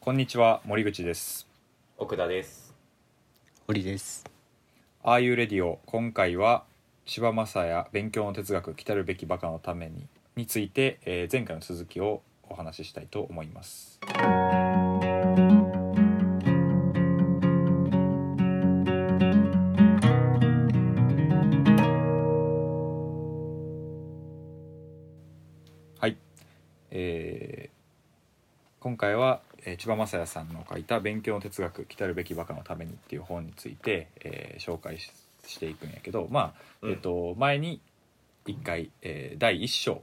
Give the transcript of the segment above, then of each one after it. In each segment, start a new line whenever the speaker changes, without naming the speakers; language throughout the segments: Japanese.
こんにちは森口です
奥田です
堀です。
ああいうレディオ今回は千葉雅也勉強の哲学来たるべきバカのためにについて、えー前回の続きをお話ししたいと思いますはいえー今回は、えー千葉雅也さんの書いた「勉強の哲学来たるべきバカのために」っていう本について、えー紹介ししていくんやけどまあ、
うん
えっと前に1回、えー第1章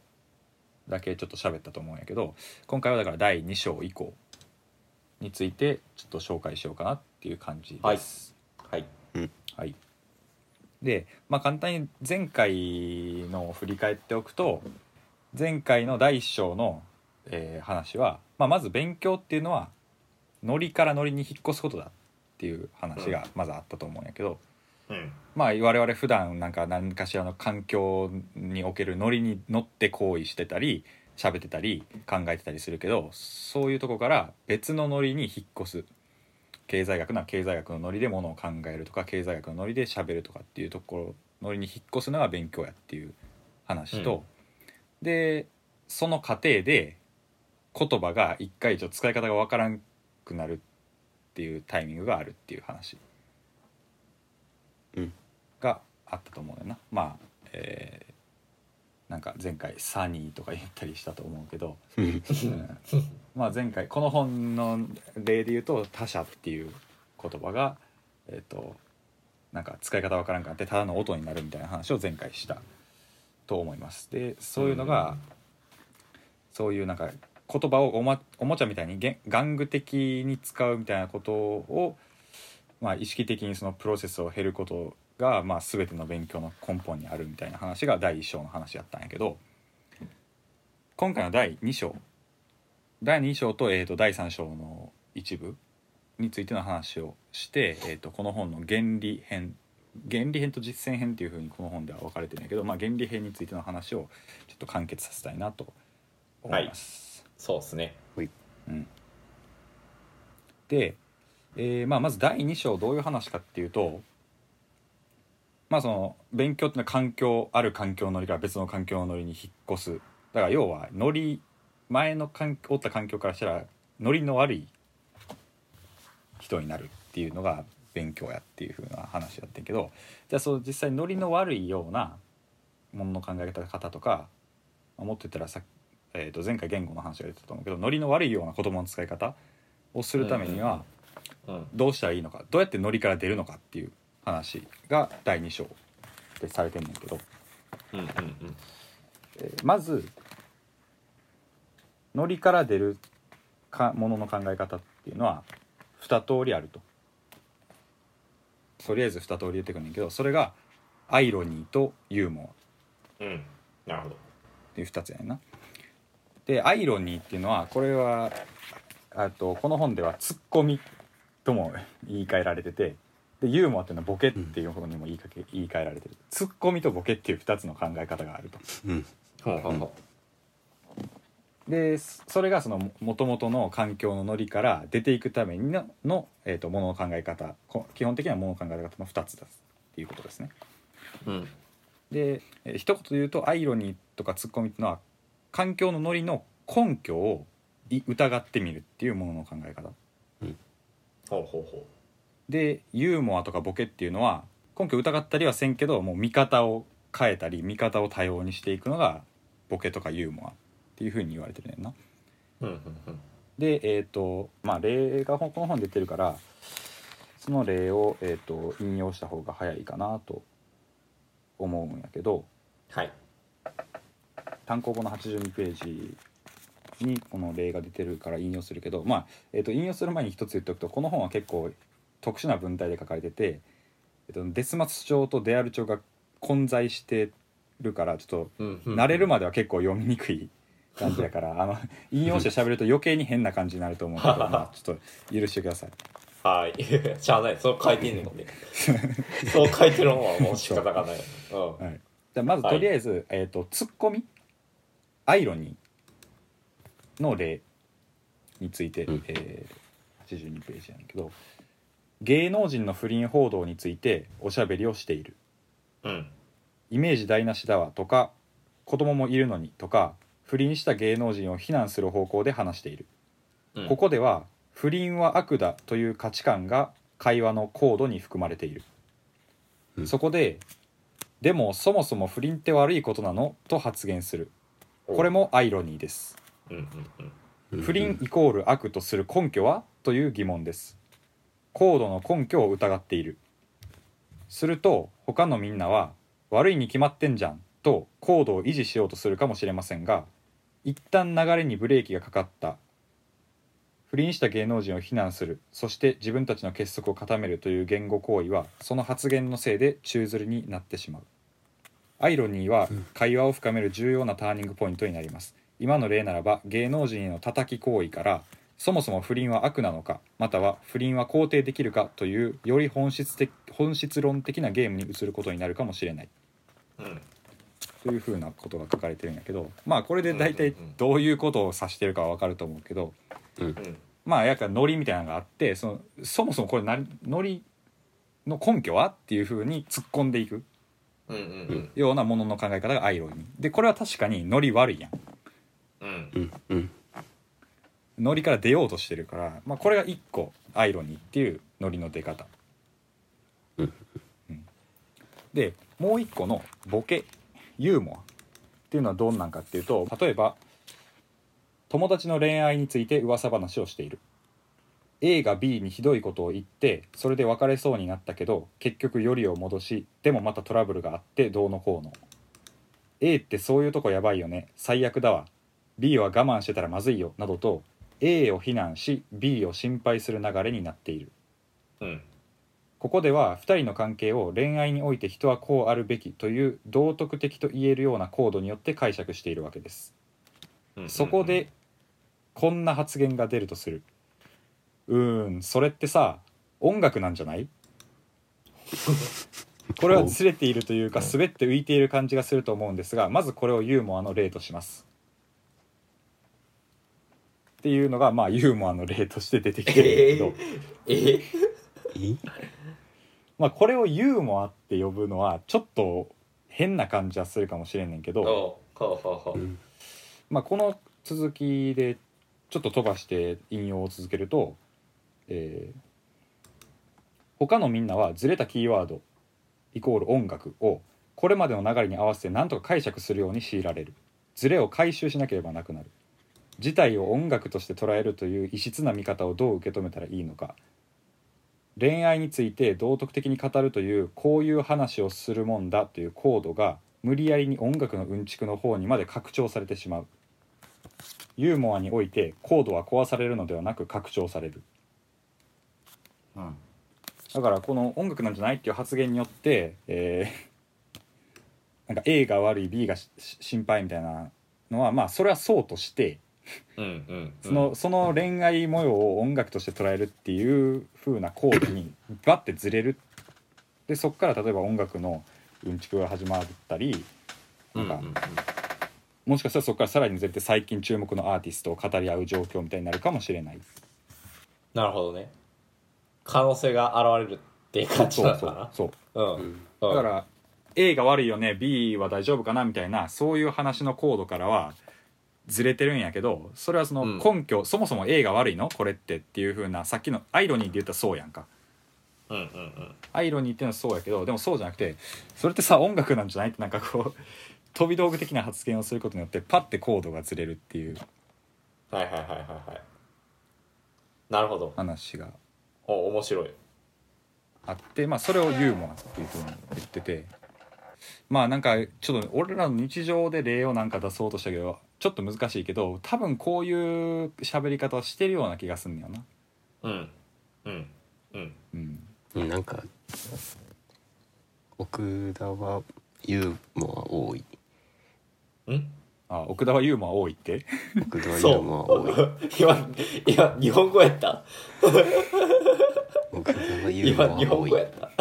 だけちょっと喋ったと思うんやけど今回はだから第2章以降についてちょっと紹介しようかなっていう感じです。
はい
はい、で、まあ、簡単に前回のを振り返っておくと前回の第一章の、えー話は、まあ、まず勉強っていうのはノリからノリに引っ越すことだっていう話がまずあったと思うんやけど、
うん
まあ我々普段なんか何かしらの環境におけるノリに乗って行為してたり喋ってたり考えてたりするけどそういうとこから別のノリに引っ越す経済学なら経済学のノリでものを考えるとか経済学のノリで喋るとかっていうところノリに引っ越すのが勉強やっていう話と、でその過程で言葉が一回以上使い方がわからんくなるっていうタイミングがあるっていう話。があったと思うよなまあえーなんか前回「サニー」とか言ったりしたと思うけど、うんまあ前回この本の例で言うと「他者」っていう言葉がえっ、となんか使い方わからんくなってただの音になるみたいな話を前回したと思います。でそういうのが、そういうなんか言葉をお,、ま、おもちゃみたいにげ玩具的に使うみたいなことを、まあ、意識的にそのプロセスを経ることが、まあ、全ての勉強の根本にあるみたいな話が第1章の話やったんやけど今回の第2章第2章と,、えー、と第3章の一部についての話をして、えー、とこの本の原理編原理編と実践編っていうふうにこの本では分かれてるんやけど、まあ、原理編についての話をちょっと完結させたいなと思います。
そうですね
うんで、えーまあ、まず第2章どういう話かっていうと、まあ、その勉強っていうのは環境ある環境のノリから別の環境のノリに引っ越すだから要はノリ前の環おった環境からしたらノリの悪い人になるっていうのが勉強やっていう風な話だったけどじゃあその実際ノリの悪いようなものの考え方とかまあもっと言ったらさっきえー、と前回言語の話が出てたと思うけどノリの悪いような言葉の使い方をするためには
うん
どうしたらいいのかどうやってノリから出るのかっていう話が第2章でされてんねんけど、
うんうんうん
えーまずノリから出るかものの考え方っていうのは2通りあるととりあえず2通り出てくるんねんけどそれがアイロニーとユーモア
うんなるほど
っていう2つやねんな。でアイロニーっていうのはこれはあとこの本ではツッコミとも言い換えられててでユーモアっていうのはボケっていう方にも言いかけ、言い換えられてるツッコミとボケっていう2つの考え方があると。
うん。
ほうほうほ
でそそれがそのもともとの環境のノリから出ていくためにのの、えー、とものの考え方こ基本的にはものの考え方の2つだっていうことですね。
ううん
で、えー一言で言うとアイロニーとかツッコミっていうのは環境のノリの根拠をい疑ってみるっていうものの考え方
ほうほうほ
でユーモアとかボケっていうのは根拠を疑ったりはせんけどもう見方を変えたり見方を多様にしていくのがボケとかユーモアっていうふうに言われてるねんな。
ううんうん
でえっ、とまあ例がこの本に出てるからその例を、えー、と引用した方が早いかなと思うんやけど。
はい
単行本の82ページにこの例が出てるから引用するけど、まあえー、と引用する前に一つ言っておくとこの本は結構特殊な文体で書かれてて、えー、とデスマス調とデアル調が混在してるからちょっ
うん
と慣れるまでは結構読みにくい感じだから、あの引用して喋ると余計に変な感じになると思うけど、 まあ、ちょっと許してください。
はいしゃあないそう書いてんねんもんねそう書いてるもんはもう仕方がないうん
はい、じゃあまず
はい
とりあえず、えー、とツッコミアイロニーの例について、
うん
えー82ページやねんけど芸能人の不倫報道についておしゃべりをしている
うん
イメージ台無しだわとか子供もいるのにとか不倫した芸能人を非難する方向で話している、
うん
ここでは不倫は悪だという価値観が会話のコードに含まれている、
うん
そこででもそもそも不倫って悪いことなのと発言するこれもアイロニーです
うんうんうん
うん
不倫イコール悪とする根拠はという疑問ですコードの根拠を疑っているすると他のみんなは悪いに決まってんじゃんとコードを維持しようとするかもしれませんが一旦流れにブレーキがかかった不倫した芸能人を非難するそして自分たちの結束を固めるという言語行為はその発言のせいで宙づりになってしまうアイロニーは会話を深める重要なターニングポイントになります今の例ならば芸能人への叩き行為からそもそも不倫は悪なのかまたは不倫は肯定できるかというより本質的本質論的なゲームに移ることになるかもしれない
うん
というふうなことが書かれてるんやけどまあこれで大体どういうことを指してるかは分かると思うけど
うん
まあやっぱノリみたいなのがあってそのそもそもこれなノリの根拠はっていうふうに突っ込んでいく
うんうん
ようなものの考え方がアイロニーでこれは確かにノリ悪いやん
うんうん
うんうん
ノリから出ようとしてるから、まあ、これが一個アイロニーっていうノリの出方、
うん
うんでもう一個のボケユーモアっていうのはどんなんかっていうと例えば友達の恋愛について噂話をしている A が B にひどいことを言ってそれで別れそうになったけど結局よりを戻しでもまたトラブルがあってどうのこうの A ってそういうとこやばいよね最悪だわ B は我慢してたらまずいよなどと A を非難し B を心配する流れになっている
うん
ここでは2人の関係を恋愛において人はこうあるべきという道徳的と言えるようなコードによって解釈しているわけです
うん
そこでこんな発言が出るとするうーんそれってさ音楽なんじゃない これはずれているというか滑って浮いている感じがすると思うんですがまずこれをユーモアの例としますっていうのがまあユーモアの例として出てきてるんだけど、
え
え
まあ、これをユーモアって呼ぶのはちょっと変な感じはするかもしれんねんけ
あ
ど、
はあはあは
うん
まあ、この続きでちょっと飛ばして引用を続けると、えー他のみんなはずれたキーワードイコール音楽をこれまでの流れに合わせて何とか解釈するように強いられるずれを回収しなければなくなる事態を音楽として捉えるという異質な見方をどう受け止めたらいいのか恋愛について道徳的に語るというこういう話をするもんだというコードが無理やりに音楽のうんちくの方にまで拡張されてしまうユーモアにおいてコードは壊されるのではなく拡張される
うん
だからこの音楽なんじゃないっていう発言によって、えー なんか A が悪い B がしし心配みたいなのはまあそれはそうとして
うんうん
その,、その恋愛模様を音楽として捉えるっていう風なコードにバッてずれるでそっから例えば音楽のうんちくが始まったり
うん
な
うん
か
ん
もしかしたらそこからさらにずれて最近注目のアーティストを語り合う状況みたいになるかもしれない
なるほどね可能性が現れるっていう感じ
そ
な
う
の
そ
か
う
な
そう
うんうん
だから A が悪いよね B は大丈夫かなみたいなそういう話のコードからはずれてるんやけどそれはその
うん
根拠、そもそも A が悪いのこれってっていう風なさっきのアイロニーで言ったらそうやんか
うんうんうん
アイロニーっていうのはそうやけどでもそうじゃなくてそれってさ音楽なんじゃないってなんかこう飛び道具的な発言をすることによってパッてコードがずれるっていう
はいはいはいはいはいなるほど
話が
お面白い
あって、まあ、それをユーモアっていうふうに言っててまあなんかちょっと俺らの日常で例をなんか出そうとしたけどちょっと難しいけど多分こういう喋り方をしてるような気がすんのよな。
うんうんうん
うん、
うんなんか奥田はユーモア多い
うん
あ奥田はユーモア多いって
奥田はユ
そ
ーモア多いう
今今日本語やった
奥田はユー
今日
モア多
本語や
い
った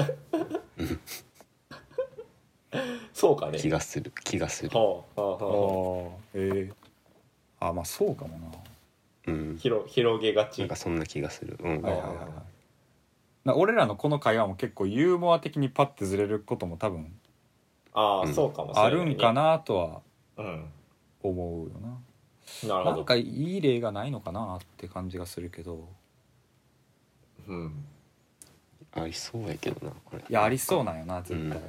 そうかね
気がする気がする
ほうほうほうほ
あ、えーあまあそうかもな
うん
広広げが
な
ち
んかそんな気がするうん
はいはいはいはいな俺らのこの会話も結構ユーモア的にパッてずれることも多分
ああ、
うん
そうかもしれ
あ
ない、
るんかなとは
うん
思うよな
なる
な
ほど
んかいい例がないのかなって感じがするけど
うん
ありそうやけどなこれ
いやありそうなんよな絶対、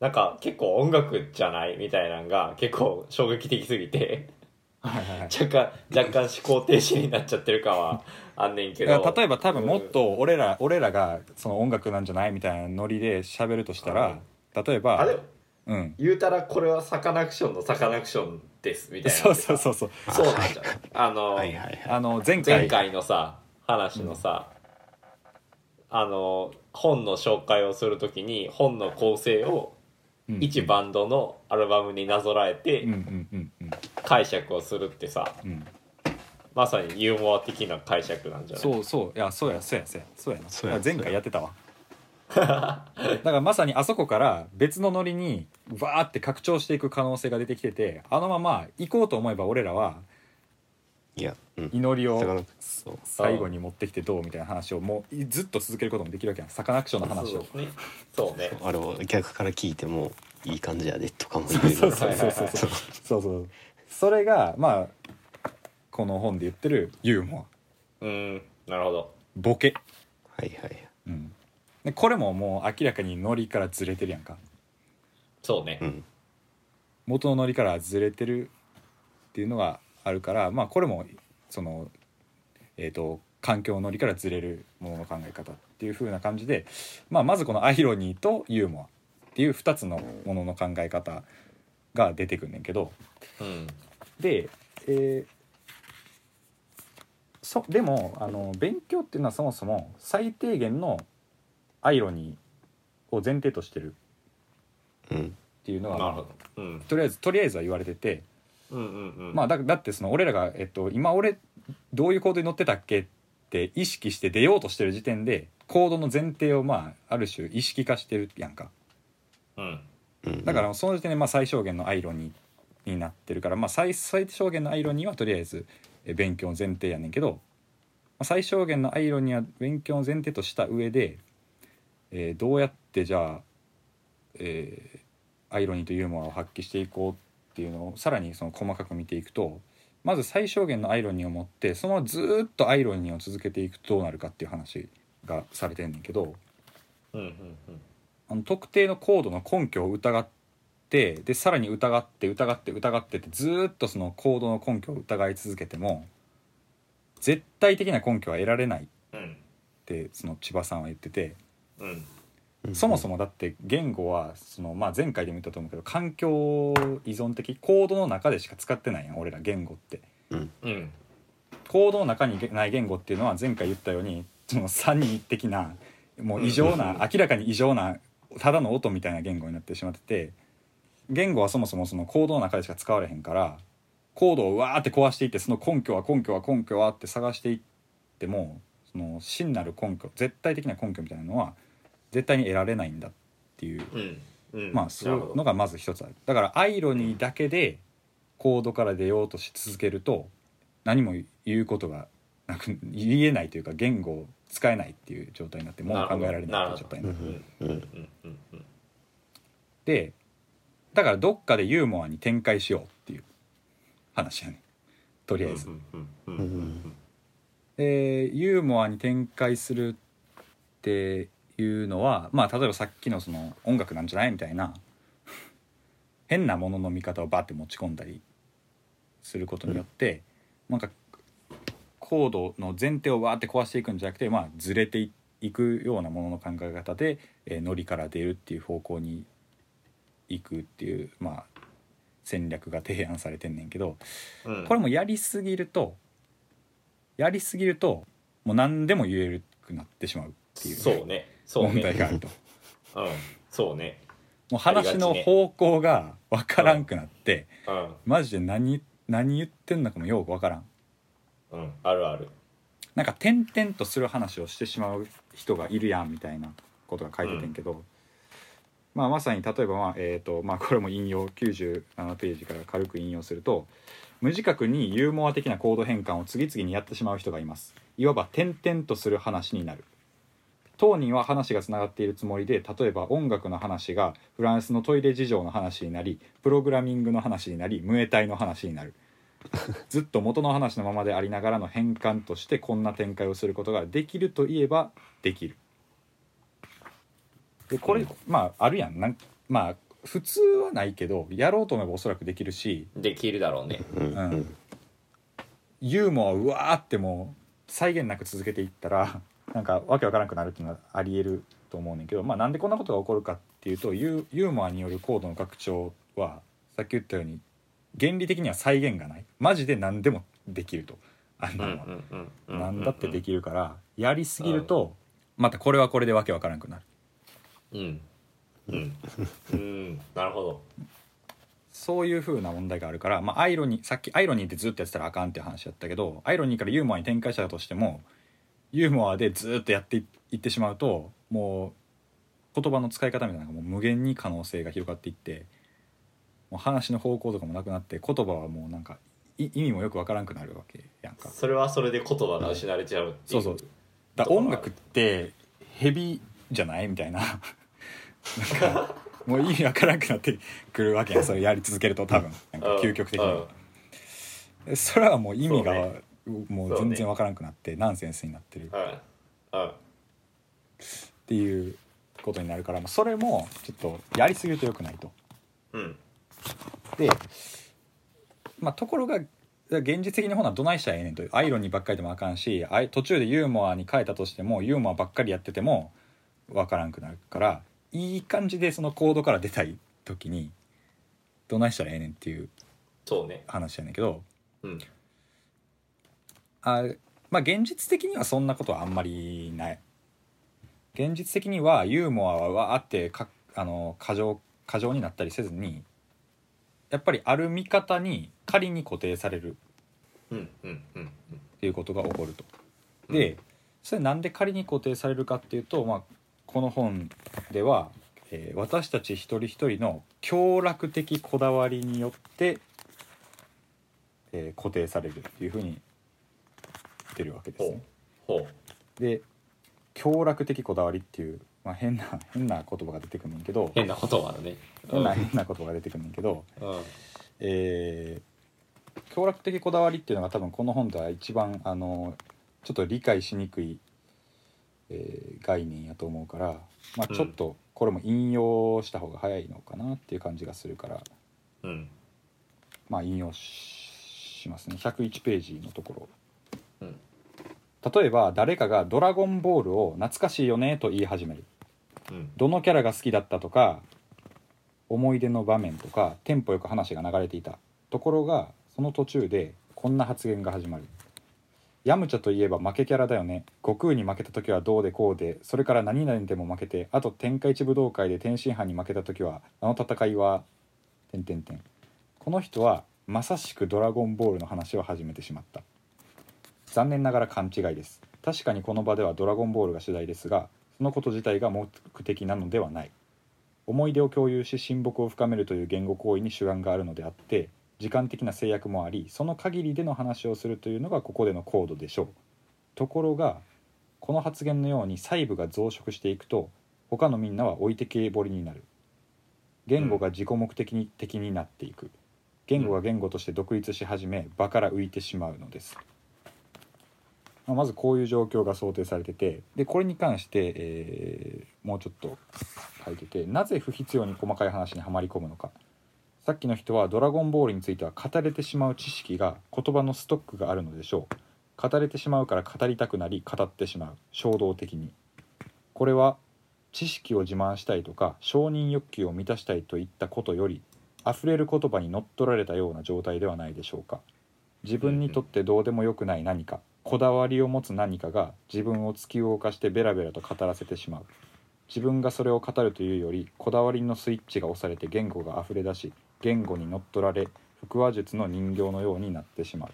なんか結構音楽じゃないみたいなのが結構衝撃的すぎて
はいはいはい
若干若干思考停止になっちゃってる感はあんねんけ
だ
ど
から例えば多分もっと俺ら、俺らがその音楽なんじゃないみたいなノリで喋るとしたら、例え
うんあ
ば
れ
うん
言うたらこれはサカナクションのサカナクションですみたいな
そうそうそうそう
そうなんじゃんあの、
はいはいはい
あの前回
前回のさ話のさ、あの本の紹介をするときに本の構成を
うん
一バンドのアルバムになぞらえ
うんう
て
んうんうん
解釈をするってさ
うん
まさにユーモア的な解釈なんじゃない
そうそういやそうやそうやそうやそうやな
そうや
い前
そう
回
や
やってたわだからまさにあそこから別のノリにわーって拡張していく可能性が出てきててあのまま行こうと思えば俺らはい
やうん
祈り
サカナ
を
クそう
最後に持ってきてどうみたいな話をもうずっと続けることもできるわけやんサカナクションの話を
そうねそうね
あれを逆から聞いてもいい感じやでとかも言える
そうそうそうそうそうそうそうそれがまあこの本で言ってるユーモア
うんなるほど
ボケ、
はいはい
うん、でこれももう明らかにノリからずれてるやんか
そうね、
うん
元のノリからずれてるっていうのがあるからまあこれもそのえっ、と環境のノリからずれるものの考え方っていう風な感じで、まあ、まずこのアイロニーとユーモアっていう2つのものの考え方が出てくんねんけど
うん
で、えーそでもあの勉強っていうのはそもそも最低限のアイロニーを前提としてる
うん
っていうの
なる
は
ほど、うん、
とりあえずとりあえずは言われてて。
うんうんうん
まあだだってその俺らが、えっと、今俺どういうコードに乗ってたっけって意識して出ようとしてる時点でコードの前提をまあある種意識化してるやんか
うん
うん
だからその時点でまあ最小限のアイロニーになってるから、まあ、最最小限のアイロニーはとりあえずえ勉強の前提やねんけど、まあ、最小限のアイロニーは勉強の前提とした上で、えーどうやってじゃあ、えーアイロニーとユーモアを発揮していこうっていうのをさらにその細かく見ていくとまず最小限のアイロニーを持ってそのままずーっとアイロニーを続けていくとどうなるかっていう話がされてんねんけど。
うんうんうん
あの特定のコードの根拠を疑ってでさらに疑って疑って疑ってってずーっとそのコードの根拠を疑い続けても絶対的な根拠は得られないっ
うん
てその千葉さんは言ってて
うん
そもそ
も
もだって言語はその、まあ、前回でも言ったと思うけど環境依存的コードの中でしか使ってないやん俺ら言語って。
うん
コードの中にない言語っていうのは前回言ったようにそのサニー的なもう異常
うん
な明らかに異常なただの音みたいな言語になってしまってて言語はそもそもそのコードの中でしか使われへんからコードをわーって壊していってその根拠は根拠は根拠はって探していってもその真なる根拠絶対的な根拠みたいなのは絶対に得られないんだっていう
うんうん
まあそういうのがまず一つあるだからアイロニーだけでコードから出ようとし続けると何も言うことがなく言えないというか言語を使えないっていう状態になってもう考えられないという状態に
う
なる
ん
うん
う
うんんうんうん
でだからどっかでユーモアに展開しようっていう話やねとりあえず。
うん
う
うん
うん
ん
でユーモアに展開するっていうのはまあ例えばさっきのその音楽なんじゃないみたいな変なものの見方をバーって持ち込んだりすることによって、なんかコードの前提をわーって壊していくんじゃなくてまあずれていいくようなものの考え方で、えーノリから出るっていう方向に行くっていうまあ戦略が提案されてんねんけど、
うん
これもやりすぎるとやりすぎるともう何でも言えるくなってしまうっていう
そうねそうね
問題があ ると
うんそうね
もう話の方向が分からんくなって
うん
マジで何何言ってんのかもよく分からん
うんあるある
なんか点々とする話をしてしまう人がいるやんみたいなことが書いててんけど、まあ、まさに例えば、まあえーとまあ、これも引用97ページから軽く引用すると、無自覚にユーモア的な行動変換を次々にやってしまう人がいますいわば転々とする話になる当人は話がつながっているつもりで例えば音楽の話がフランスのトイレ事情の話になりプログラミングの話になりムエタイの話になるずっと元の話のままでありながらの変換としてこんな展開をすることができるといえばできるでこれ、まああるやんなんまあ普通はないけどやろうと思えばおそらくできるし
できるだろうね
うん
う
うんん
ユーモアをうわーってもう際限なく続けていったら なんかわけわからなくなるっていうのはありえると思うねんけど、まあ、なんでこんなことが起こるかっていうとユーユーモアによるコードの拡張はさっき言ったように原理的には際限がないマジで何でもできるとあん
う
なんのは
うんうん
何だってで
き
きるからやりすぎるとまたこれはこれでわけわからなくなる
うんうん うんなるほど
そういう風な問題があるから、まあ、アイロニーさっきアイロニーってずっとやってたらあかんっていう話だったけどアイロニーからユーモアに転換したとしてもユーモアでずっとやっていいってしまうともう言葉の使い方みたいなのがもう無限に可能性が広がっていってもう話の方向とかもなくなって言葉はもうなんかい意味もよくわからんくなるわけやんか。
それはそれで言葉が失われちゃうってい
そうそうだ音楽ってヘビじゃないみたいななんかもう意味わからなくなってくるわ けやんそれやり続けると多分なんか
うん
究極的
うん
にそれはもう意味が
そうね
もう全然わからなくなってナンセンスになってるっ
うんうん
ていうことになるからまあそれもちょっとやりすぎると良くないと。
うん
で、まあ、ところが現実的な方はどないしたらええねんとアイロンにばっかりでもあかんしあい途中でユーモアに変えたとしてもユーモアばっかりやっててもわからんくなるからいい感じでそのコードから出たい時にどないしたらええねんっていう
そうね
話やねんけど
うん
あまあ現実的にはそんなことはあんまりない現実的にはユーモアはわーってかあの過剰過剰になったりせずにやっぱりある見方に仮に固定される
うんうんうん
っていうことが起こると。
うん
でそれなんで仮に固定されるかっていうと、まあ、この本では、えー私たち一人一人の強楽的こだわりによって、えー固定されるっていうふうに言ってるわけですね。
ほう
で強楽的こだわりっていう、まあ、変な変な言葉が出てくるんだけど
変なことがあるね
変な変な言葉が出てくるんだけど、
うんうん
えー強楽的こだわりっていうのが多分この本では一番あのちょっと理解しにくい、えー概念やと思うから、まあ、ちょっとこれも引用した方が早いのかなっていう感じがするから、
うん
まあ、引用ししますね101ページのところ。
うん
例えば誰かが「ドラゴンボール」を懐かしいよねと言い始める
うん
どのキャラが好きだったとか思い出の場面とかテンポよく話が流れていたところがその途中でこんな発言が始まる「ヤムチャといえば負けキャラだよね悟空に負けた時はどうでこうでそれから何々でも負けてあと天下一武道会で天津飯に負けた時はあの戦いは…」てんてんてんこの人はまさしく「ドラゴンボール」の話を始めてしまった残念ながら勘違いです確かにこの場では「ドラゴンボール」が主題ですがそのこと自体が目的なのではない思い出を共有し親睦を深めるという言語行為に主眼があるのであって時間的な制約もありその限りでの話をするというのがここでのコードでしょうところがこの発言のように細部が増殖していくと他のみんなは置いてけぼりになる言語が自己目的に的になっていく言語が言語として独立し始め場から浮いてしまうのですまあまずこういう状況が想定されててでこれに関して、えーもうちょっと書いててなぜ不必要に細かい話にはまり込むのかさっきの人は「ドラゴンボール」については語れてしまう知識が言葉のストックがあるのでしょう語れてしまうから語りたくなり語ってしまう衝動的にこれは知識を自慢したいとか承認欲求を満たしたいといったことより溢れる言葉に乗っ取られたような状態ではないでしょうか自分にとってどうでもよくない何かこだわりを持つ何かが自分を突き動かしてベラベラと語らせてしまう自分がそれを語るというよりこだわりのスイッチが押されて言語が溢れ出し言語に乗っ取られ腹話術の人形のようになってしまう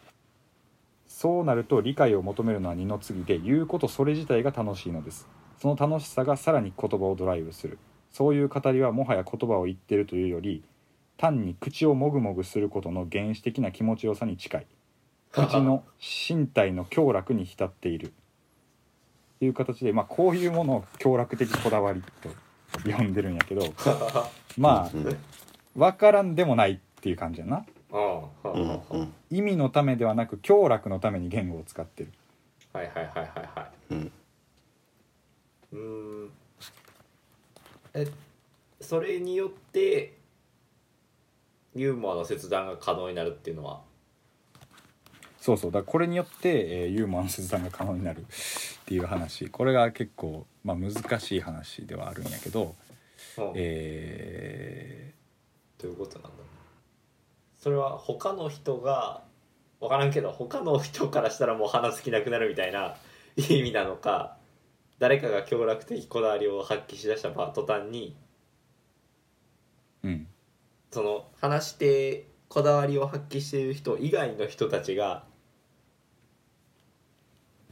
そうなると理解を求めるのは二の次で言うことそれ自体が楽しいのですその楽しさがさらに言葉をドライブするそういう語りはもはや言葉を言ってるというより単に口をもぐもぐすることの原始的な気持ちよさに近い口の身体の強楽に浸っているっていう形で、まあ、こういうものを強楽的こだわりと呼んでるんやけどま
うん
あわからんでもないっていう感じやな
うんうん
う
うん
ん
は
うん
意味のためではなく強楽のために言語を使ってる
いはいはいはいは
うん
いうーんえそれによってユーモアの切断が可能になるっていうのは
そうそうだからこれによって、えーユーモアの切断が可能になるっていう話これが結構、まあ、難しい話ではあるんやけど、
うん
え
どういうことなんだろうそれは他の人が分からんけど他の人からしたらもう話す気なくなるみたいな 意味なのか誰かが協力的こだわりを発揮しだしたば途端に
ーうん
その話してこだわりを発揮している人以外の人たちが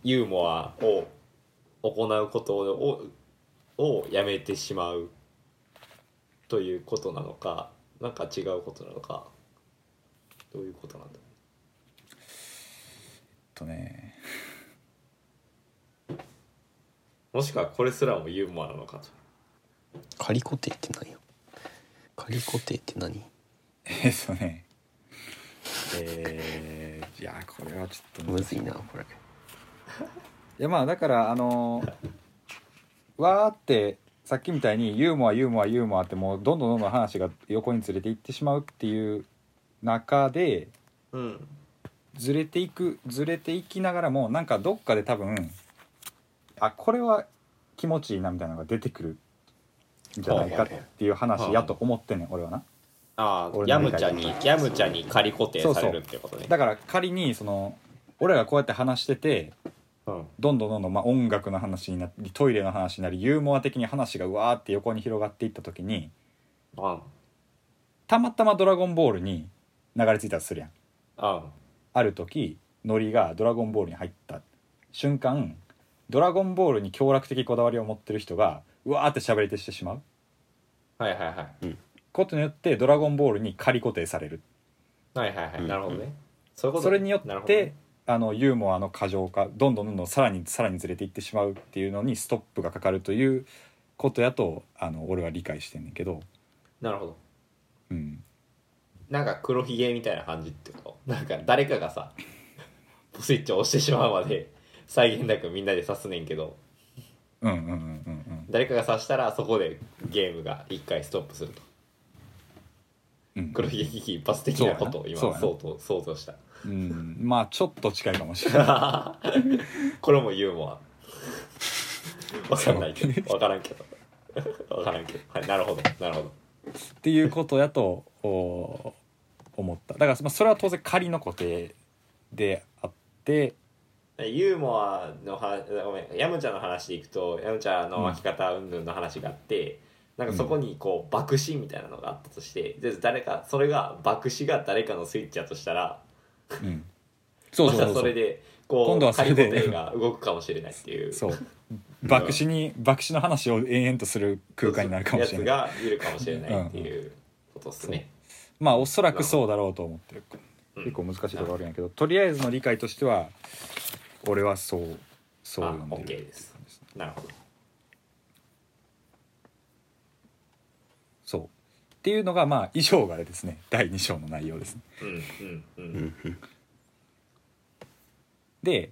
ユーモアを行うことををやめてしまうということなのかなんか違うことなのかどういうことなんだ
とね
もしくはこれすらもユーモアなのかと
仮固定って何や仮固定って何
えっとねえー、いやこれはちょっと
む
難しい
ずいなこれ
いやまあだからあのーわーってさっきみたいにユーモアユーモアユーモアってもうどんどんどんどん話が横にずれていってしまうっていう中で
うん
ずれていくずれていきながらもなんかどっかで多分あこれは気持ちいいなみたいなのが出てくるんじゃないかっていう話やと思ってんねん俺はな。
ああ
俺
ヤ
の
ム
理解
チャにヤムチャに仮固定
そうそ
さ
う
れるってことね
だから仮にその俺らがこうやって話してて
うん
どんどんどんどんまあ音楽の話になりトイレの話になりユーモア的に話がうわーって横に広がっていった時に
うん
たまたま「ドラゴンボール」に流れ着いたとするやん
うん
ある時ノリが「ドラゴンボール」に入った瞬間「ドラゴンボール」に強楽的こだわりを持ってる人がうわーって喋り手してしまう
はいはいはい
ことによって「ドラゴンボール」に仮固定される
はいはいはい、
うん
なるほどね。そういうこと
それによって
なるほどね
あのユーモアの過剰化どんどんどんどんさらにさらにずれていってしまうっていうのにストップがかかるということやとあの俺は理解してんねんけど、
なるほど。
うん、
なんか黒ひげみたいな感じってこと。なんか誰かがさ、 ポスイッチを押してしまうまで、際限なくみんなで刺すねんけど、
うんうんうんうん
誰かが刺したらそこでゲームが一回ストップすると。
うんうん
黒ひげ危機一発的なことを今
そうやな
想像想像した。
うんまあちょっと近いかもしれない
これもユーモア。わかんないけど、わからんけど。わからんけど。はい、なるほど、なるほど。
っていうことやとお思っただから、まあ、それは当然仮の固定であって
ユーモアのはごめんヤムチャの話でいくとヤムチャの巻き方云々の話があって、なんかそこにこう爆死みたいなのがあったとして、で誰かそれが爆死が誰かのスイッチだとしたら
うんそうそう
ま
そう
た
そ
それ
う
でこう
今度はそれで
仮固定が動くかもしれないっていう
そう爆死に爆死の話を延々とする空間になるかもしれない
やつがいるかもしれないっていうことですね、
まあおそらくそうだろうと思ってる
うん
結構難しいところあるんやけどとりあえずの理解としては俺はそうそう
あ
呼んでる
OK ですなるほど
そうっていうのがまあ以上があれですね第2章の内容ですね
うんうんう
うんんうん
で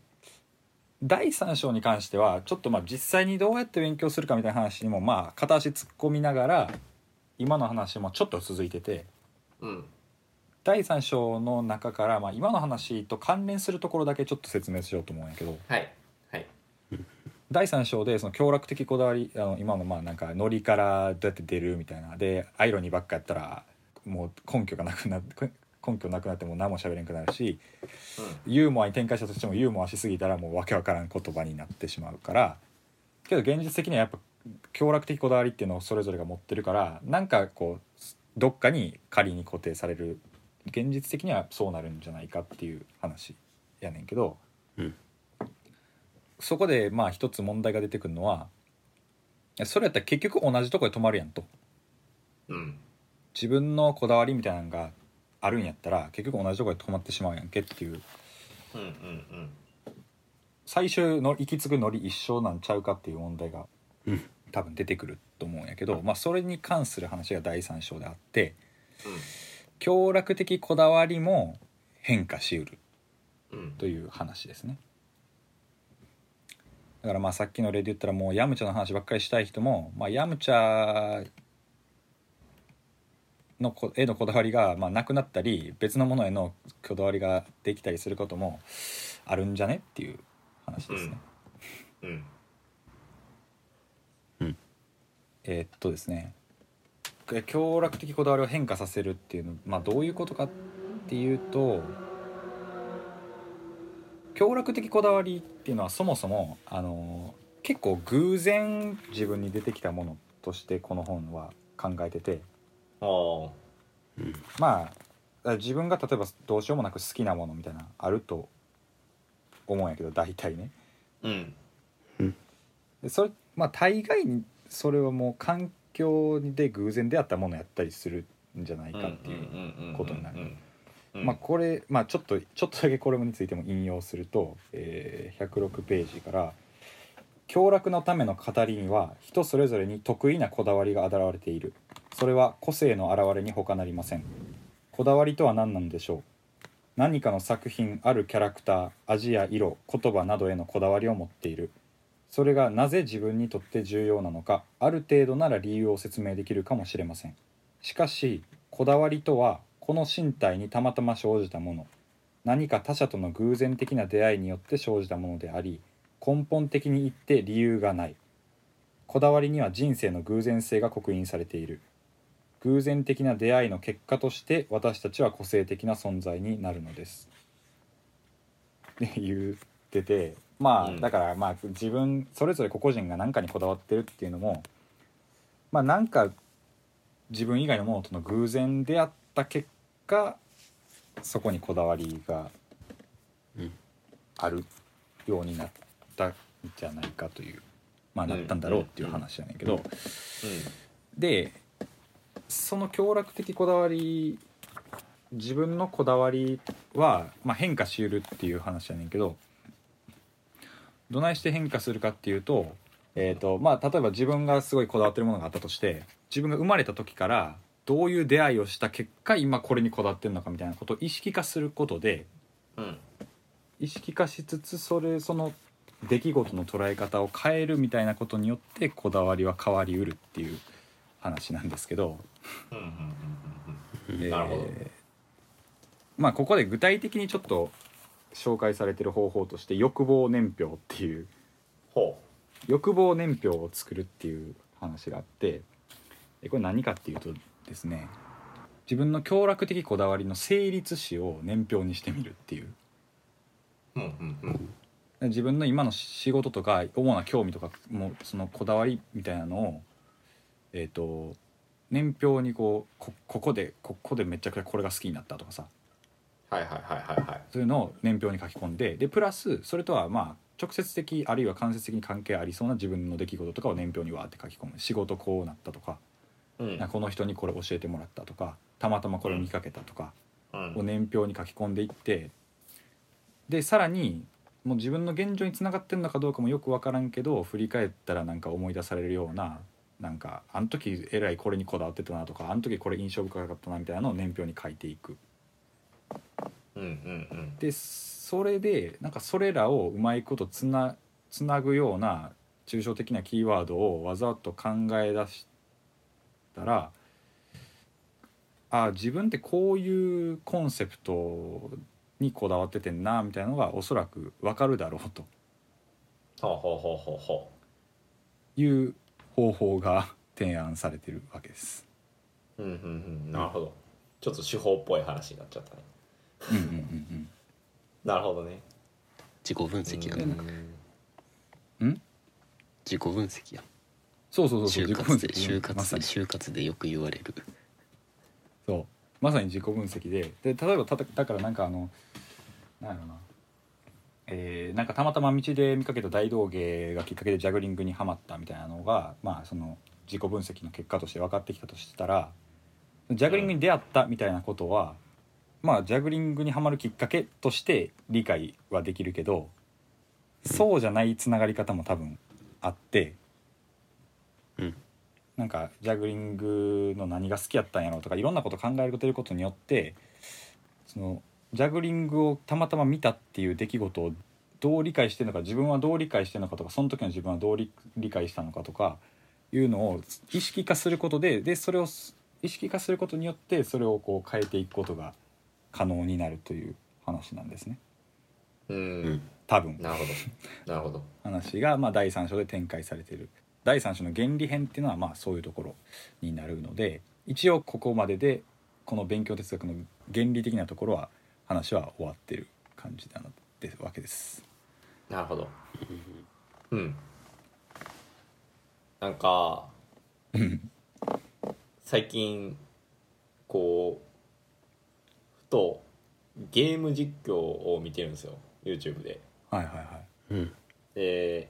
第3章に関してはちょっとまあ実際にどうやって勉強するかみたいな話にもまあ片足突っ込みながら今の話もちょっと続いてて
うん
第3章の中からまあ今の話と関連するところだけちょっと説明しようと思うんやけど
はいはい
第3章でその強楽的こだわりあの今のまあなんかノリからどうやって出るみたいなでアイロニーばっかやったらもう根拠がなくなって根拠なくなってもう何も喋れなくなるしユーモアに展開したとしてもユーモアしすぎたらもうわけわからん言葉になってしまうからけど現実的にはやっぱ強楽的こだわりっていうのをそれぞれが持ってるからなんかこうどっかに仮に固定される現実的にはそうなるんじゃないかっていう話やねんけど、
うん
そこでまあ一つ問題が出てくるのはいやそれやったら結局同じとこで止まるやんと。
うんうん
自分のこだわりみたいなのがあるんやったら結局同じとこで止まってしまうやんけっていう
うんうんうん
最終の行き着くノリ一緒なんちゃうかっていう問題が
うん
多分出てくると思うんやけど、まあ、それに関する話が第三章であって協力的こだわりも変化しうる
うんうん
という話ですねだからまあさっきの例で言ったらもうヤムチャの話ばっかりしたい人も、まあ、ヤムチャのこへのこだわりがまあなくなったり別のものへのこだわりができたりすることもあるんじゃねっていう話ですね、
うんうん
えーっとですねえ強楽的こだわりを変化させるっていうの、まあ、どういうことかっていうと強楽的こだわりっていうのはそもそもあの結構偶然自分に出てきたものとしてこの本は考えてて
ああ
まあ自分が例えばどうしようもなく好きなものみたいなあると思うんやけど大体ね
うん
でそれまあ大概にそれはもう環境で偶然出会ったものやったりするんじゃないかっていうことになる
うんうん
まあ、これ、まあ、ちょっとちょっとだけこれについても引用すると、えー106ページから「享楽のための語りには人それぞれに得意なこだわりが現れているそれは個性の表れに他なりませんこだわりとは何なのでしょう何かの作品あるキャラクター味や色言葉などへのこだわりを持っているそれがなぜ自分にとって重要なのかある程度なら理由を説明できるかもしれませんしかしこだわりとはこの身体にたまたま生じたもの何か他者との偶然的な出会いによって生じたものであり根本的に言って理由がないこだわりには人生の偶然性が刻印されている偶然的な出会いの結果として私たちは個性的な存在になるのですって言っててまあ、
うん
だからまあ自分それぞれ個々人が何かにこだわってるっていうのもまあなんか自分以外のものとの偶然出会った結果そこにこだわりが
うん
あるようになったんじゃないかというまあなったんだろうっていう話やねんけど、でその強楽的こだわり自分のこだわりは、まあ、変化しうるっていう話やねんけどどないして変化するかっていうと,、えーとまあ、例えば自分がすごいこだわってるものがあったとして自分が生まれた時からどういう出会いをした結果今これにこだわってるのかみたいなことを意識化することで
うんうん
意識化しつつそれその出来事の捉え方を変えるみたいなことによってこだわりは変わりうるっていう話なんですけど。
うんうんうんうん
えー
なるほど
まあここで具体的にちょっと紹介されてる方法として欲望年表っていう
ほ
欲望年表を作るっていう話があってえこれ何かっていうとですね自分の強楽的こだわりの成立史を年表にしてみるっていう
ううんうんうん
自分の今の仕事とか主な興味とかもそのこだわりみたいなのをえっ、と年表にこうこここでここでめちゃくちゃこれが好きになったとかさ
はいはいはいはいはい
そういうのを年表に書き込んででプラスそれとはまあ直接的あるいは間接的に関係ありそうな自分の出来事とかを年表にわーって書き込む仕事こうなったとか
うん
なんかこの人にこれ教えてもらったとかたまたまこれを見かけたとか
うん
を年表に書き込んでいってでさらにもう自分の現状につながってるのかどうかもよく分からんけど振り返ったらなんか思い出されるようななんかあの時えらいこれにこだわってたなとかあの時これ印象深かったなみたいなのを年表に書いていく
うんうん
でそれでなんかそれらをうまいことつなつなぐような抽象的なキーワードをわざと考え出したらあ自分ってこういうコンセプトにこだわっててんなみたいなのがおそらくわかるだろうと
ほうほうほうほうほ
いう方法が提案されてるわけです。
ううんうんうんなるほどちょっと手法っぽい話になっちゃったね
うんうんうん
なるほどね
自己分析やな、
うん
うんん
自己分析や
そうそうそうそう
就
自己分
活で
析う
就
んま
活
さ
で
に
就活でよく言われる
そうまさに自己分析でで例えばたただからなんかあのなんやろなえーなんかたまたま道で見かけた大道芸がきっかけでジャグリングにはまったみたいなのがまあその自己分析の結果として分かってきたとしたらジャグリングに出会ったみたいなことは、まあジャグリングにはまるきっかけとして理解はできるけどそうじゃないつながり方も多分あって、
うん
なんかジャグリングの何が好きやったんやろうとかいろんなこと考えてることによってそのジャグリングをたまたま見たっていう出来事をどう理解してるのか自分はどう理解してるのかとかその時の自分はどう理理解したのかとかいうのを意識化することででそれをす意識化することによってそれをこう変えていくことが可能になるという話なんですね
うん、
ん
多分
なるほどなるほど
話がまあ第3章で展開されている第3章の原理編っていうのはまあそういうところになるので一応ここまででこの勉強哲学の原理的なところは話は終わってる感じなのでわけです。
なるほどうんなんか最近こうふとゲーム実況を見てるんですよ YouTube で
はいはいはい。
うん
で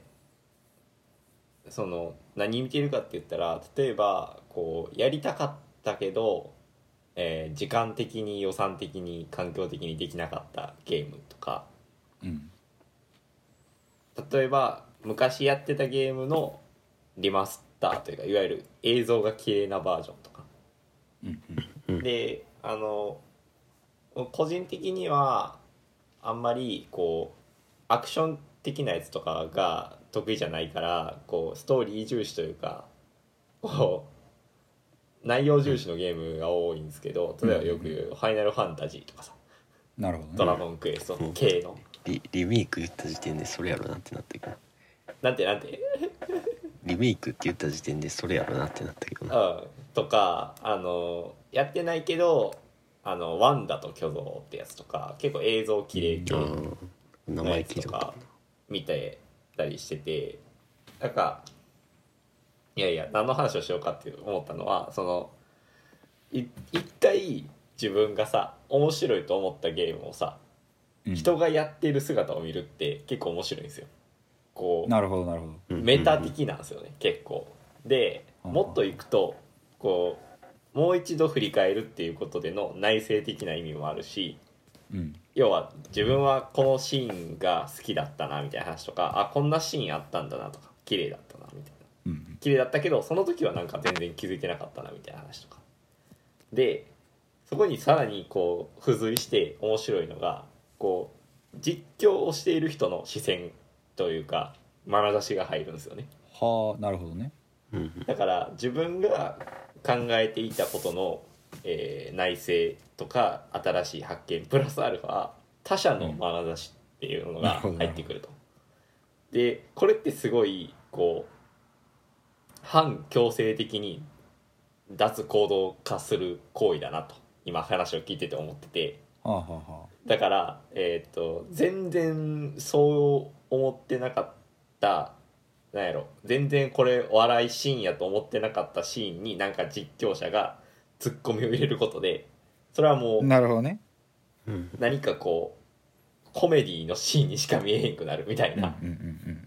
その何見てるかって言ったら例えばこうやりたかったけど、えー時間的に予算的に環境的にできなかったゲームとか
うん
例えば昔やってたゲームのリマスターというかいわゆる映像が綺麗なバージョンとか
うんうん
であの個人的にはあんまりこうアクション的なやつとかが得意じゃないからこうストーリー重視というかこう内容重視のゲームが多いんですけど例えばよく言う「ファイナルファンタジー」とかさ
なるほ
「
ど
ドラ
ね。
ゴンクエスト」系の
リリメイク言った時点でそれやろなってなったけどな
なんてなんて
リメイクって言った時点でそれやろなってなったけどな
うん、とかあのやってないけどあのワンダと巨像ってやつとか結構映像綺麗系
あー名
の
前
やつ
聞い
と
たことあ
か見てたりしててなんかいやいや何の話をしようかって思ったのはそのい一回自分がさ面白いと思ったゲームをさ
うん
人がやってる姿を見るって結構面白いんですよ。こう
なるほどなるほど。
る
メタ的なんですよね、結構で
うん
もっといくとこうもう一度振り返るっていうことでの内省的な意味もあるし
うん
要は自分はこのシーンが好きだったなみたいな話とかあこんなシーンあったんだなとか綺麗だったなみたいな
うんうん
綺麗だったけどその時はなんか全然気づいてなかったなみたいな話とかでそこにさらにこう付随して面白いのがこう実況をしている人の視線というか眼差しが入るんですよね
はあなるほどね。
うんうん
だから自分が考えていたことの、えー内省とか新しい発見プラスアルファ他者の眼差しっていうのが入ってくると。でこれってすごいこう反強制的に脱行動化する行為だなと今話を聞いてて思ってて。
はあはあは
だから、えーっと全然そう思ってなかったなんやろ全然これお笑いシーンやと思ってなかったシーンになんか実況者がツッコミを入れることでそれはも
あ。
う
なるほどね。
うん
何かこうコメディのシーンにしか見えへんくなるみたい
うんうん
な、
う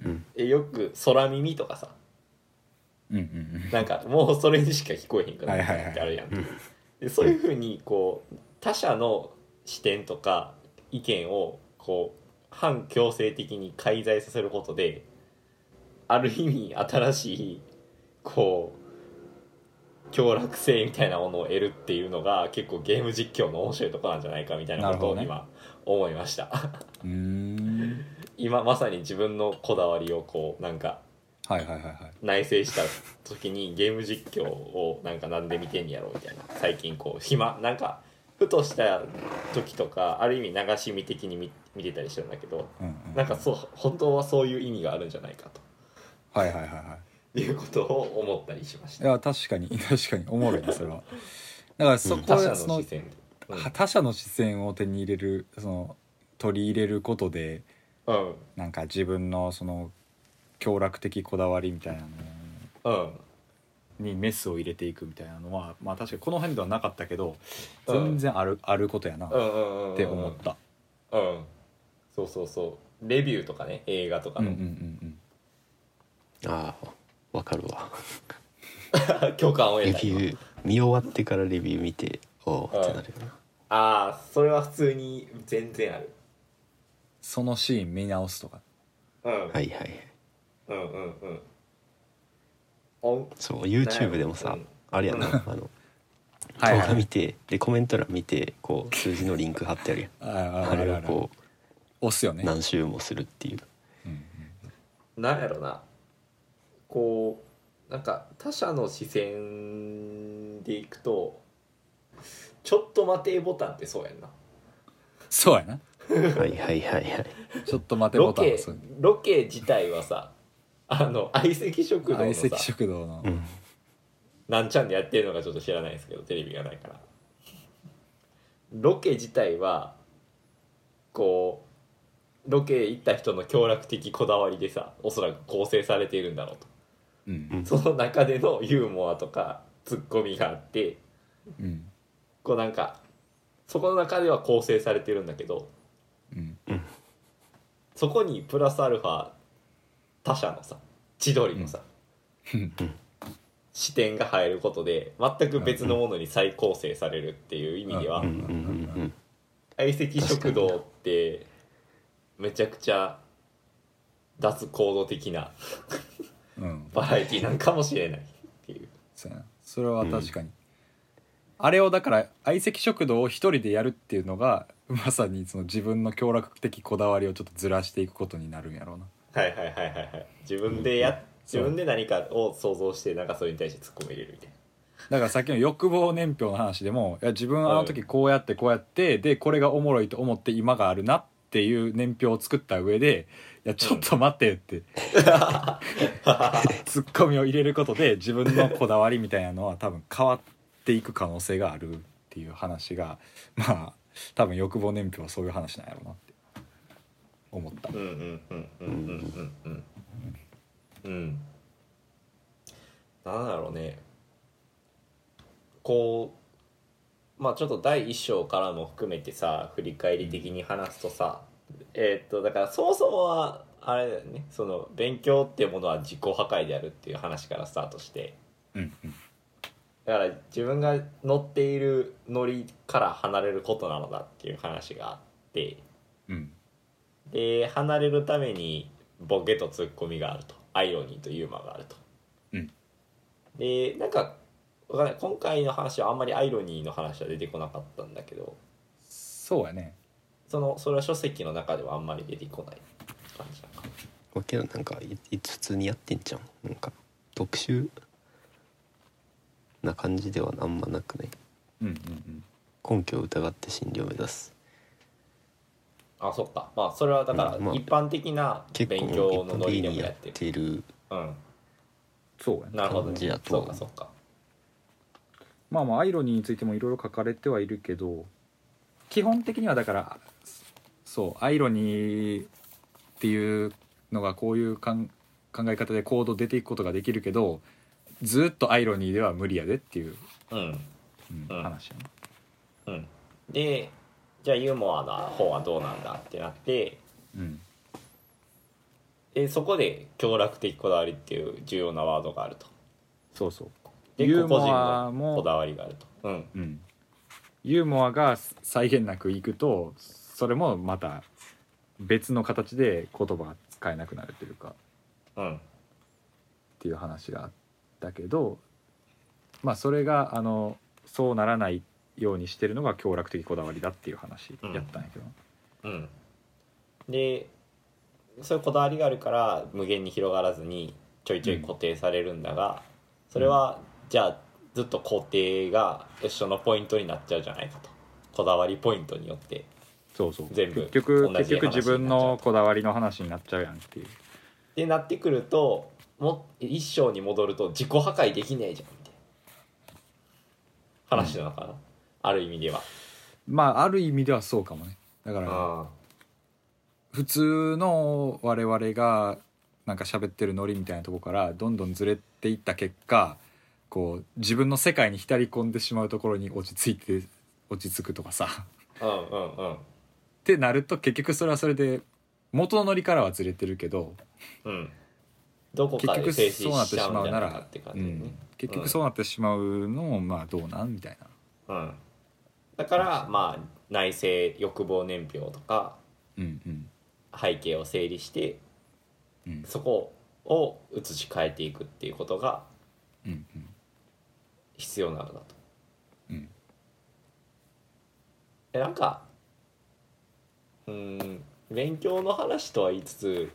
ん
えよく「空耳」とかさ
うんうんうん
なんかもうそれにしか聞こえへんくなるってあるやん、
はいはいは
でそういうふうにこう他者の視点とか意見をこう反強制的に介在させることである意味新しいこう協楽性みたいなものを得るっていうのが結構ゲーム実況の面白いとこなんじゃないかみたいなことを
なるほど
今思いました、
うん。うーん
今まさに自分のこだわりをこうなんか
はいはいはいはい。
内省した時にゲーム実況をなんかなんで見てんやろうみたいな最近こう暇なんかふとした時とかある意味流し見的に見見てたりしてるんだけど
うんうん。
なんかそう本当はそういう意味があるんじゃないか
はいはいはいはい。
ということを思ったりしまし
い
た
や確かに 確かにおもろいなそれはだからそこ
他
は
者
そ
の
の
視線で、うん
は他者の視線を手に入れるその取り入れることで
うん
なんか自分のその強楽的こだわりみたいなの
うん
にメスを入れていくみたいなのはまあ確かにこの辺ではなかったけど
うん
全然ある,、あることやなっ
うんうんうんうん
て思った
うんそうそうそうレビューとかね映画とか
うんう
の、
んうん
ああわかるわ
共感を
レ
得
ビ
た今
ュー見終わってからレビュー見ておーってなるよな
ああそれは普通に全然ある
そのシーン見直すとか
うん、
はいはいはい
うんうんうんおん
そう YouTube でも
な
さ
るほど
あれやなあの動
はいは
画見
い
てでコメント欄見てこう数字のリンク貼ってあるやん
ああ
あ
あ
れ
る
を
ある
こ
押すよ
う
ね、
何周もするっていう
うんうん
なんやろなこうなんか他者の視線でいくと「ちょっと待て」ボタンってそうやんな
そうやな
はいはいはいはい
ちょっと待て
ロ
ボタン
ケ
押す
ロケ自体はさあの相席食堂の
相
さ
席食堂の、
うん
なんちゃんでやってるのかちょっと知らないですけどテレビがないからロケ自体はこうロケ行った人の協力的こだわりでさおそらく構成されているんだろうと
うん
その中でのユーモアとかツッコミがあって
うん
こうなんかそこの中では構成されてるんだけど
うん
そこにプラスアルファ他者のさ千鳥のさ、
うん
視点が入ることで全く別のものに再構成されるっていう意味では
うんうんうんうん
相席食堂ってめちゃくちゃ脱行動的な
うん
バラエティなんかもしれないっていう
そうやなそれは確かに、あれをだから相席食堂を一人でやるっていうのがまさにその自分の協力的こだわりをちょっとずらしていくことになるんやろうな
はいはいはいはいはい自分でや自分で何かを想像してなんかそれに対して突っ込み入れるみたいな
だからさっきの欲望年表の話でもいや自分はあの時こうやってこうやってでこれがおもろいと思って今があるなっていう年表を作った上でいやちょっと待ってって、 ツッコミを入れることで自分のこだわりみたいなのは多分変わっていく可能性があるっていう話がまあ多分欲望年表はそういう話なんやろうなって思った
うんうんうんうんうんうんうんうんなんだろうねこうまあちょっと第一章からも含めてさ振り返り的に話すとさえーっとだからそもそもはあれだよねその勉強っていうものは自己破壊であるっていう話からスタートして
うんうん
だから自分が乗っている乗りから離れることなのだっていう話があって。
うん
で離れるためにボケとツッコミがあるとアイロニーとユーモアがあると、
うん
でなんかわかんない今回の話はあんまりアイロニーの話は出てこなかったんだけど
そうやね
そのそれは書籍の中ではあんまり出てこない感じなのかな
まあけどなんかいい普通にやってんじゃんなんか特殊な感じではあんまなくない
うんうんうん
根拠を疑って真理を目指す
あそっかまあそれはだから
うんまあ
一般的な
結構
勉強のノリでも
一般的に
や
や
っ
って
る
てる
うん
そうやね
なるほど、
感じ
ね
や、と
そ
思
う
う
かそうか
まあまあアイロニーについてもいろいろ書かれてはいるけど基本的にはだからそうアイロニーっていうのがこういうかん考え方で行動出ていくことができるけどずっとアイロニーでは無理やでっていう、
うん
うん
うん
話やね
うんでじゃあユーモアな方はどうなんだってなって
うん
でそこで協楽的こだわりっていう重要なワードがあると
そうそう
で
ユー
個
モア
々人のこだ
も、
わりがあるとうん
うん、ユーモアが際限なくいくとそれもまた別の形で言葉が使えなくなるというか
うん
っていう話があったけどまあそれがあのそうならないようにしてるのが強楽的こだわりだっていう話やったんやけど、
うんでそういうこだわりがあるから無限に広がらずにちょいちょい固定されるんだが、それはじゃあずっと肯定が一緒のポイントになっちゃうじゃないかとこだわりポイントによって
そうそう
全部
結局
同
結
じ話
局自分
になっ
のこだわりの話になっちゃうやんっていう
でなってくるとも一章に戻ると自己破壊できねえじゃんみたいな話なのかな、ある意味では
まあある意味ではそうかもねだから
あ
普通の我々がなんか喋ってるノリみたいなとこからどんどんずれていった結果こう自分の世界に浸り込んでしまうところに落ち着いて落ち着くとかさ
あうんうんうん
ってなると結局それはそれで元のノリからはずれてるけど
うんどこかで
結
停止
局
しち
そうなって
ゃ
し
うん
まう
じゃ
な
ないからって感
う
じだよね
ん、結局そうなってしまうのもまあどうなんみたいな
うん、だからまあ内政欲望年表とか
うんうん
背景を整理して
うん
そこを移し替えていくっていうことが
うん
必要なのだと
うん
えなんかうーん勉強の話とは言いつつ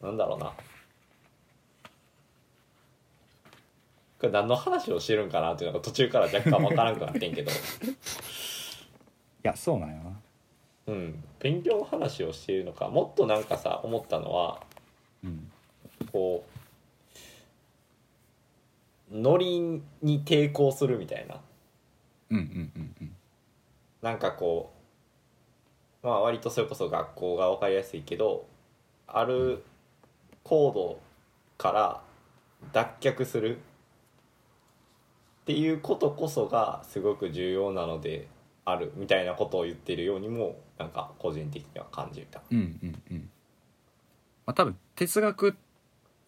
なんだろうなこれ何の話をしてるんかなっていうのが途中から若干わからんくなってんけど
いやそうなんやな
うん勉強の話をしているのかもっとなんかさ思ったのは
うん
こうノリに抵抗するみたいな
うんうんうんうん
なんかこうまあ割とそれこそ学校が分かりやすいけどある行動から脱却するっていうことこそがすごく重要なのであるみたいなことを言ってるようにもなんか個人的には感じた。
うんうんうんまあ多分哲学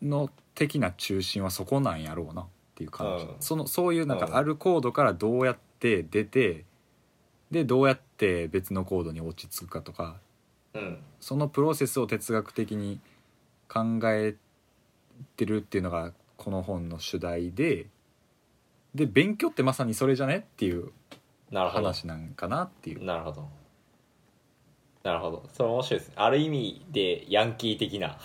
の的な中心はそこなんやろうなっていう感じ、
うん
そのそういうなん
う
か
ん
あるコードからどうやって出てでどうやって別のコードに落ち着くかとか
うん、
そのプロセスを哲学的に考えてるっていうのがこの本の主題でで勉強ってまさにそれじゃねっていう
なるほど
話なんかなっていう
なるほどなるほどそれ面白いですねある意味でヤンキー的な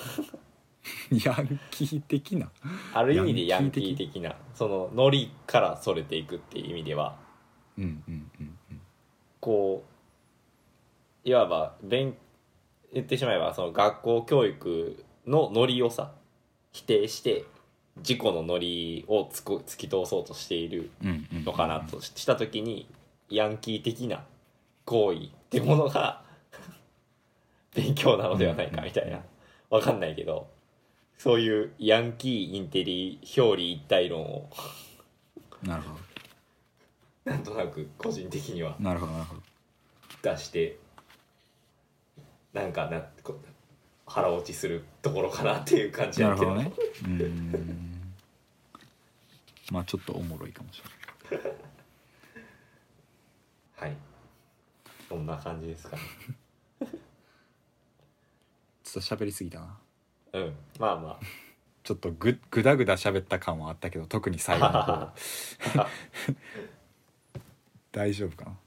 ヤンキー的な
ある意味でヤンキ
ヤ
ー
ンキ
的なそのノリからそれていくっていう意味では
うんうんうんうん
こういわば勉言ってしまえばその学校教育のノリをさ否定して自己のノリをつく突き通そうとしている
うんうん
のかなとした時にヤンキー的な行為ってものが 勉強なのではないかみたいなわかんないけどそういうヤンキーインテリ表裏一体論を
なるほど
なんとなく個人的には
なるほどなるほど
出してなんかなこ腹落ちするところかなっていう感じ
な
や
る
け
ほ
ど
どねうーんまあちょっとおもろいかもしれない
はいそんな感じですかね
ちょっと喋りすぎたな
うんまあま
ちょっとぐぐだぐだ喋った感はあったけど特に最後の方
あ
大丈夫かな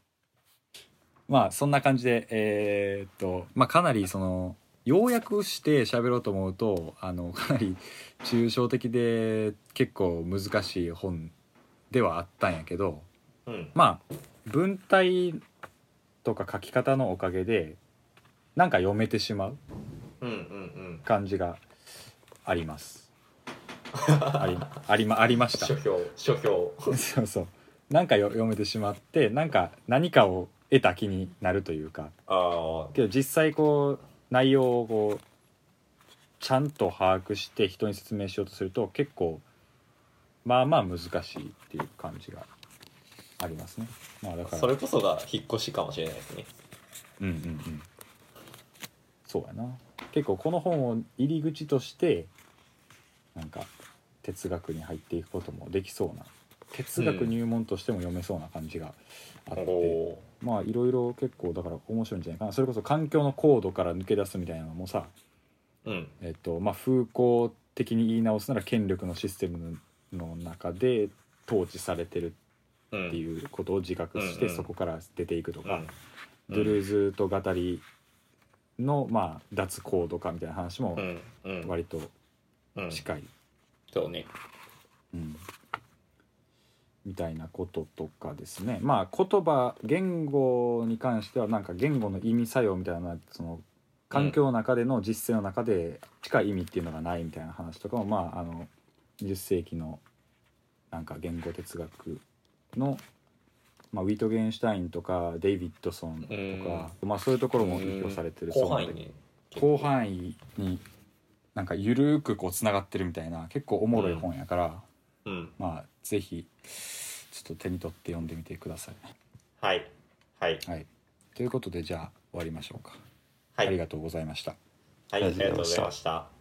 まあそんな感じでえーっとまあかなりその要約して喋ろうと思うとあのかなり抽象的で結構難しい本ではあったんやけど
うん
まあ文体とか書き方のおかげでなんか読めてしまう
うんうんうん
感じがあります。ありありまありました
書。評書評
そうそう。なんかよ読めてしまって、なんか何かを得た気になるというか、
ああ
けど実際こう内容をこうちゃんと把握して人に説明しようとすると結構まあまあ難しいっていう感じがありますね。まあだから
それこそが引っ越しかもしれないですね
うんうんうんそうやな結構この本を入り口としてなんか哲学に入っていくこともできそうな哲学入門としても読めそうな感じがあって、
おー
まあいろいろ結構だから面白いんじゃないかなそれこそ環境の高度から抜け出すみたいなのもさ、
うん
えっとまあ、風光的に言い直すなら権力のシステムの中で統治されてる
うん
っていうことを自覚して、
うんうん
そこから出ていくと
う
か、
ん
ドゥルーズと語りの、まあ、脱高度化みたいな話も
うんうん
割と
うん
近い、
そうね
うんみたいなこととかですねまあ言葉言語に関してはなんか言語の意味作用みたいなその環境の中での実践の中でしか意味っていうのがないみたいな話とかもまああの20世紀のなんか言語哲学の、まあ、ウィトゲンシュタインとかデイビッドソンとか、まあ、そういうところも影響されてるそう
広
なん
範
で
囲ね
広範囲になんかゆるーくこうつながってるみたいな結構おもろい本やから、
うん
まあぜひちょっと手に取って読んでみてください。
はいはい
はい、ということでじゃあ終わりましょうか。
はい
ありがとうございました。
はい、あ
あ
り
り
がと
が
う
とう
ご
ご
ざ
ざ
い
い
ま
ま
した。